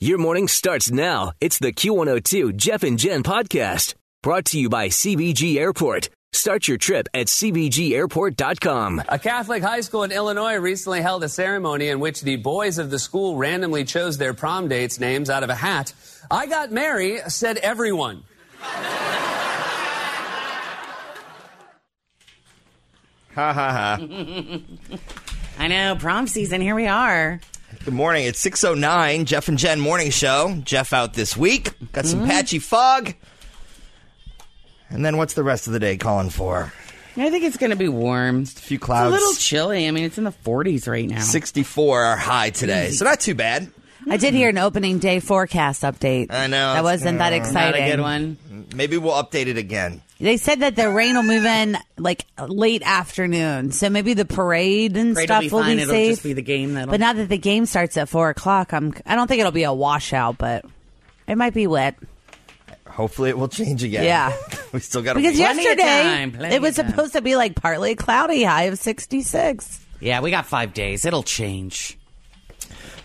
Your morning starts now. It's the Q102 Jeff and Jen podcast brought to you by CBG Airport. Start your trip at CBGAirport.com. A Catholic high school in Illinois recently held a ceremony in which the boys of the school randomly chose their prom dates' names out of a hat. I got Mary, said everyone. Ha ha ha. I know, prom season. Here we are. Good morning. It's 609, Jeff and Jen morning show. Jeff out this week. Got Mm-hmm. some patchy fog. And then what's the rest of the day calling for? I think it's going to be warm. It's A few a clouds. little chilly. I mean, it's in the 40s right now. 64 are high today. So not too bad. I did hear an opening day forecast update. I know. That wasn't that Not exciting. a good one. Maybe we'll update it again. They said that the rain will move in like late afternoon. So maybe the parade and Parade will stuff be will fine. be It'll safe. just be the game that'll- But now that the game starts at four o'clock, I'm I don't think it'll be a washout, but it might be wet. Hopefully it will change again. Yeah. we still got Because Plenty of time, yesterday plenty it was of time. supposed to be like partly cloudy, high of sixty six. Yeah, we got five days. It'll change.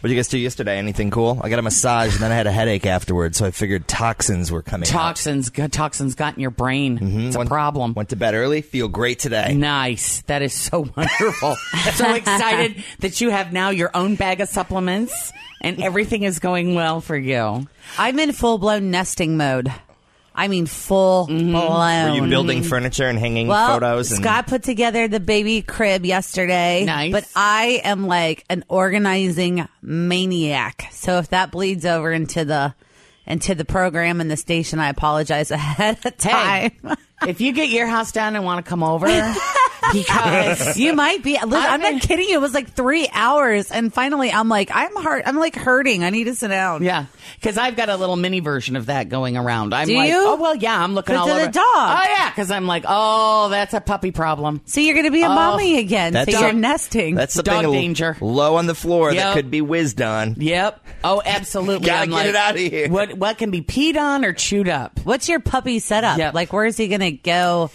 What did you guys do yesterday? Anything cool? I got a massage and then I had a headache afterwards, so I figured toxins were coming out. Toxins, got toxins got in your brain. It's a Went- problem. Went to bed early. Feel great today. Nice. That is so wonderful. so excited that you have now your own bag of supplements and everything is going well for you. I'm in full blown nesting mode. I mean full blown Mm-hmm. Were you building furniture and hanging Well, photos? And- Scott put together the baby crib yesterday. Nice. But I am like an organizing maniac. So if that bleeds over into the into the program and the station, I apologize ahead of Hey, time. if you get your house done and want to come over, because You might be. Listen, I'm been- not kidding you. It was like three hours, and finally, I'm like, I'm hurt. I'm like hurting. I need to sit down. Yeah, because I've got a little mini version of that going around. I'm Do like, you? oh well, yeah, I'm looking But all to over. the dog. Oh yeah, because I'm like, oh, that's a puppy problem. So you're going to be a Oh, mommy again. That's so you're dog- nesting. That's Dog something l- danger. low on the floor that Yep. could be whizzed on. Yep. Oh, absolutely. Gotta I'm get like, it outta here. What what can be peed on or chewed up? What's your puppy setup? Yep. Like, where is he going to go?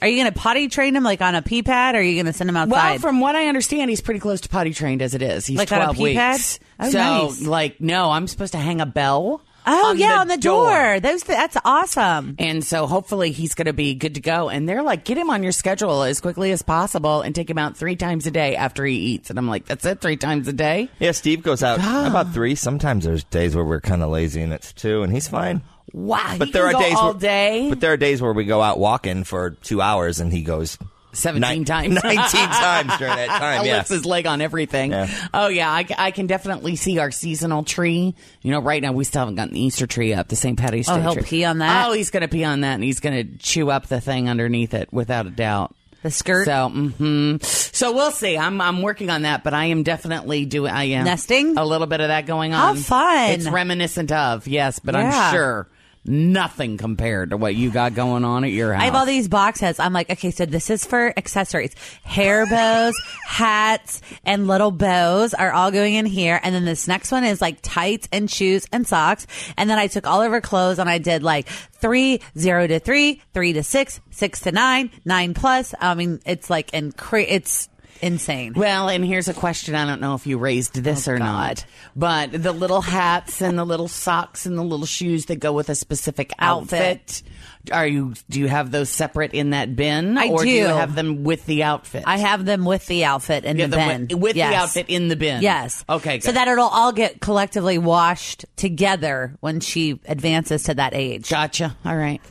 Are you going to potty train him like on a pee pad, or are you going to send him Well, outside? from what I understand, he's pretty close to potty trained as it is. He's Like on a 12 pee weeks. pad? Oh, so, nice. like, no, I'm supposed to hang a bell. Oh yeah, on the door. door. Those that's awesome. And so hopefully he's going to be good to go. And they're like, get him on your schedule as quickly as possible and take him out three times a day after he eats. And I'm like, that's it, three times a day? Yeah, Steve goes out about three. Sometimes there's days where we're kind of lazy and it's two, and he's fine. Wow. But he there can go are days all where, day. But there are days where we go out walking for two hours, and he goes 17 nine- times. nineteen times during that I time. Yeah, lifts his leg on everything. Yeah. Oh yeah, I, I can definitely see our seasonal tree. You know, right now we still haven't gotten the Easter tree up, the St. Patty's Day Oh, he'll tree. pee on that? Oh, he's gonna pee on that, and he's gonna chew up the thing underneath it, without a doubt. The skirt So, hmm so we'll see. I'm I'm working on that, but I am definitely doing. I am Nesting? a little bit of that going How on. fun. It's reminiscent of yes, but Yeah. I'm sure nothing compared to what you got going on at your house. I have all these boxes. I'm like, okay, so this is for accessories. Hair bows, hats, and little bows are all going in here. And then this next one is like tights and shoes and socks. And then I took all of her clothes and I did like three, zero to three, three to six, six to nine, nine plus. I mean, it's like, and cra- it's insane. Well, and here's a question. I don't know if you raised this or not, but the little hats and the little socks and the little shoes that go with a specific outfit. Outfit. Are you? Do you have those separate in that bin, I or do. you do. have them with the outfit? I have them with the outfit in You have the them bin. with, with the Yes. outfit in the bin. Yes. Okay. Good. So that it'll all get collectively washed together when she advances to that age. gotcha. All right.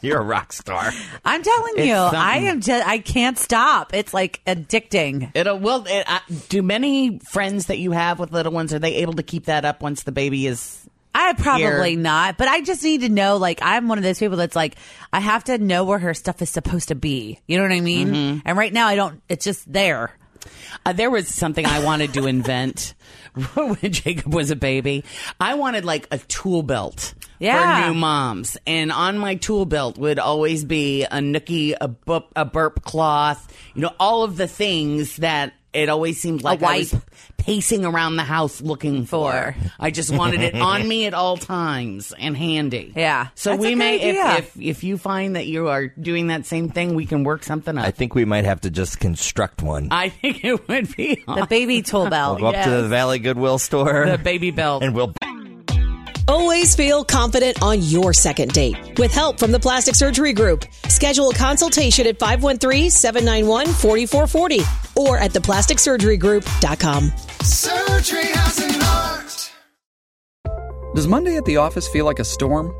You're a rock star. I'm telling It's you, something. I am just, I can't stop. It's like addicting. It'll well. It, I, do many friends that you have with little ones are they able to keep that up once the baby is? I probably Here. not, but I just need to know. Like, I'm one of those people that's like, I have to know where her stuff is supposed to be. You know what I mean? Mm-hmm. And right now, I don't. It's just there. Uh, there was something I wanted to invent when Jacob was a baby. I wanted like a tool belt Yeah. for new moms, and on my tool belt would always be a nookie, a, bu- a burp cloth, you know, all of the things that. It always seemed like I was wipe. pacing around the house looking for. For. I just wanted it on me at all times and handy. Yeah. So That's a we good may idea. if, if if you find that you are doing that same thing, we can work something up. I I, think we might have to just construct one. Uh, think it would be The on baby tool We'll belt. go up to the Valley Goodwill store the baby belt. and we'll Always feel confident on your second date with help from the Plastic Surgery Group. Schedule a consultation at 513-791-4440 or at theplasticsurgerygroup.com. Surgery has an art. Does Monday at the office feel like a storm?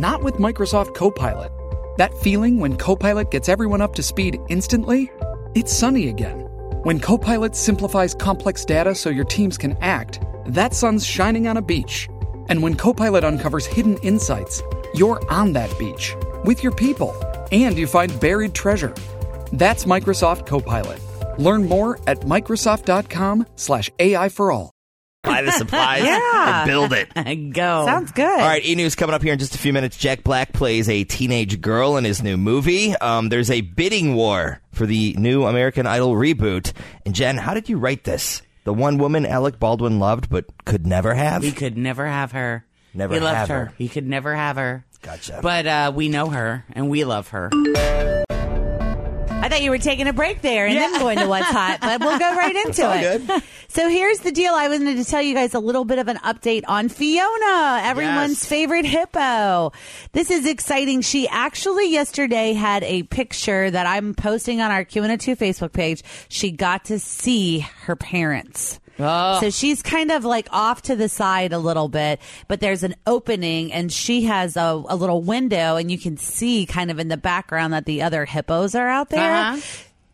Not with Microsoft Copilot. That feeling when Copilot gets everyone up to speed instantly? It's sunny again. When Copilot simplifies complex data so your teams can act, that sun's shining on a beach. And when Copilot uncovers hidden insights, you're on that beach with your people and you find buried treasure. That's Microsoft Copilot. Learn more at Microsoft.com/slash AI for all. buy the supplies and build it. go. Sounds good. All right, e news coming up here in just a few minutes. Jack Black plays a teenage girl in his new movie. Um, there's a bidding war for the new American Idol reboot. And Jen, how did you write this? The one woman Alec Baldwin loved but could never have. He could never have her. Never he loved have her. He could never have her. Gotcha. But uh, we know her and we love her. I thought you were taking a break there and then going to what's hot, but we'll go right into it. So here's the deal. I wanted to tell you guys a little bit of an update on Fiona, everyone's favorite hippo. This is exciting. She actually yesterday had a picture that I'm posting on our Q and A two Facebook page. She got to see her parents. Ah. So she's kind of like off to the side a little bit, but there's an opening and she has a, a little window and you can see kind of in the background that the other hippos are out there. Uh-huh.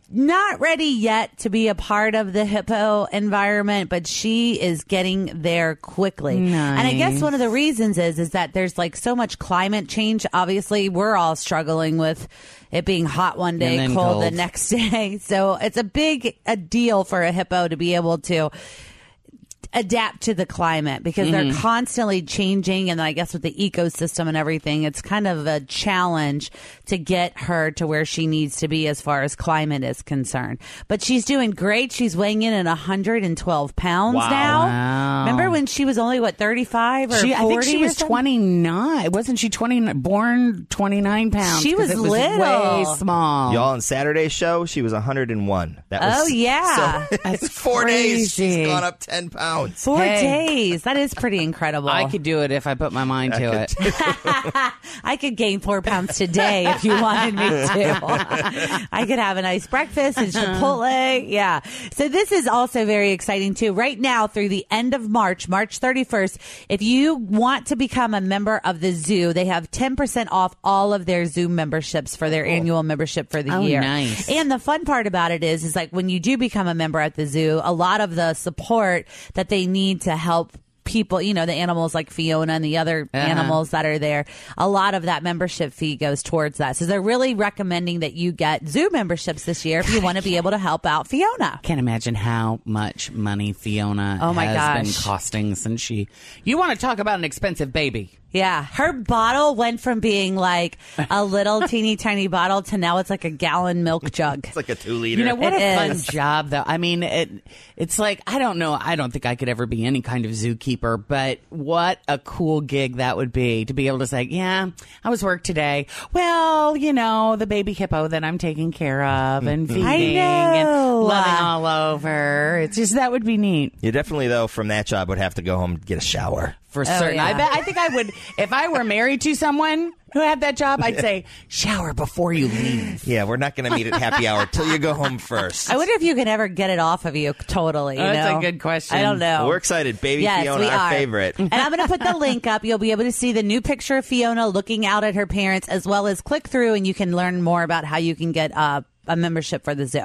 Not ready yet to be a part of the hippo environment, but she is getting there quickly. And I guess one of the reasons is is that there's like so much climate change. Obviously, we're all struggling with it being hot one day, then cold, the cold. next day. So it's a big a deal for a hippo to be able to adapt to the climate because they're Mm-hmm. constantly changing and I guess with the ecosystem and everything it's kind of a challenge to get her to where she needs to be as far as climate is concerned but she's doing great she's weighing in at 112 pounds now remember when she was only what 35 or She, 40 I think she or was something? 29. Wasn't she 29? Born 29 pounds. She 'cause was it little. Way small. Y'all on Saturday's show, she was 101. That was oh yeah So it's four days. crazy. She's gone up 10 pounds. four Hey. days that is pretty incredible I could do it if I put my mind to it. I could gain four pounds today if you wanted me to. I could have a nice breakfast and Uh-huh. Chipotle. Yeah. So this is also very exciting too. Right now through the end of March, March 31st, if you want to become a member of the zoo, they have 10% off all of their zoo memberships for their annual membership for the Oh, year. nice. And the fun part about it is, is like when you do become a member at the zoo, a lot of the support that they need to help people, you know, the animals like Fiona and the other Uh-huh. animals that are there, a lot of that membership fee goes towards that. So they're really recommending that you get zoo memberships this year if you want to be able to help out Fiona. Can't imagine how much money Fiona Oh, my has been gosh. costing since she. You want to talk about an expensive baby? Yeah. Her bottle went from being like a little teeny tiny bottle to now it's like a gallon milk jug. It's like a two liter. You know Uh, what It a is. fun job though. I mean, it it's like I don't know. I don't think I could ever be any kind of zookeeper, but what a cool gig that would be to be able to say, "Yeah, I was work today. Well, you know, the baby hippo that I'm taking care of and feeding and know. loving all over. It's just that would be neat you definitely, though, from that job would have to go home and get a shower. for Oh, certain. I yeah. bet. I think I would if I were married to someone who had that job. I'd say shower before you leave. Yeah, we're not going to meet at happy hour till you go home first. I wonder if you can ever get it off of you totally. You Oh, that's a know? good question. I don't know. We're excited, baby yes, Fiona, we our are. favorite. and I'm going to put the link up. You'll be able to see the new picture of Fiona looking out at her parents, as well as click through, and you can learn more about how you can get uh, a membership for the zoo.